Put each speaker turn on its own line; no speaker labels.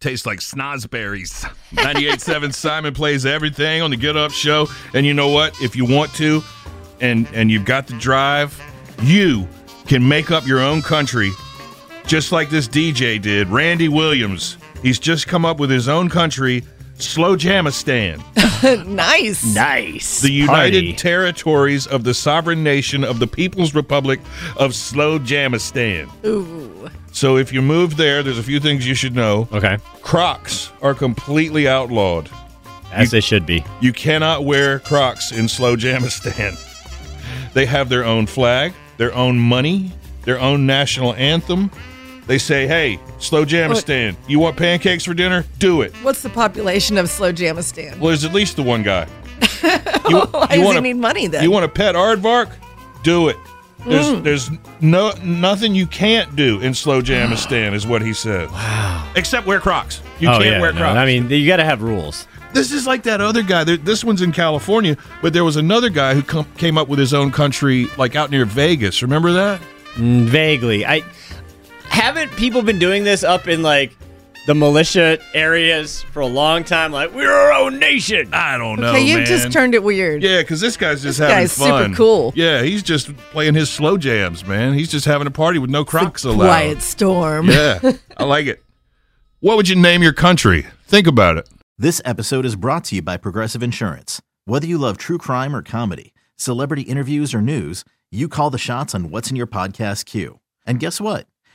Tastes like snozberries.
98.7 Simon plays everything on the Get Up Show. And you know what? If you want to and and you've got the drive, you can make up your own country just like this DJ did, Randy Williams. He's just come up with his own country, Slow Jamistan,
nice.
Nice.
the United
Party.
Territories of the Sovereign Nation of the People's Republic of Slow Jamistan.
Ooh.
So if you move there, there's a few things you should know.
Okay.
Crocs are completely outlawed.
As they should be.
You cannot wear Crocs in Slow Jamistan. They have their own flag, their own money, their own national anthem. They say, hey, Slow Jamistan, you want pancakes for dinner? Do it.
What's the population of Slow Jamistan?
Well, there's at least the one guy. You,
Why
you
does
want
he
a-
need money then? Mm.
You want a pet aardvark? Do it. There's, there's no nothing you can't do in Slow Jamistan, is what he said. Except wear Crocs. You
oh,
can't
yeah,
wear
no,
Crocs.
I mean, you got to have rules.
This is like that other guy. There, this one's in California, but there was another guy who com- came up with his own country, like out near Vegas. Remember that?
Mm, Vaguely. I haven't people been doing this up in like the militia areas for a long time like we're our own nation.
I don't know.
okay, you
man.
just turned it weird.
Yeah, because this guy's just
This
having
guy's super
fun.
cool.
Yeah, he's just playing his slow jams, man. He's just having a party with no Crocs allowed.
Quiet storm.
Yeah, I like it. What would you name your country? Think about it.
This episode is brought to you by Progressive Insurance. Whether you love true crime or comedy, celebrity interviews or news, you call the shots on what's in your podcast queue. And guess what?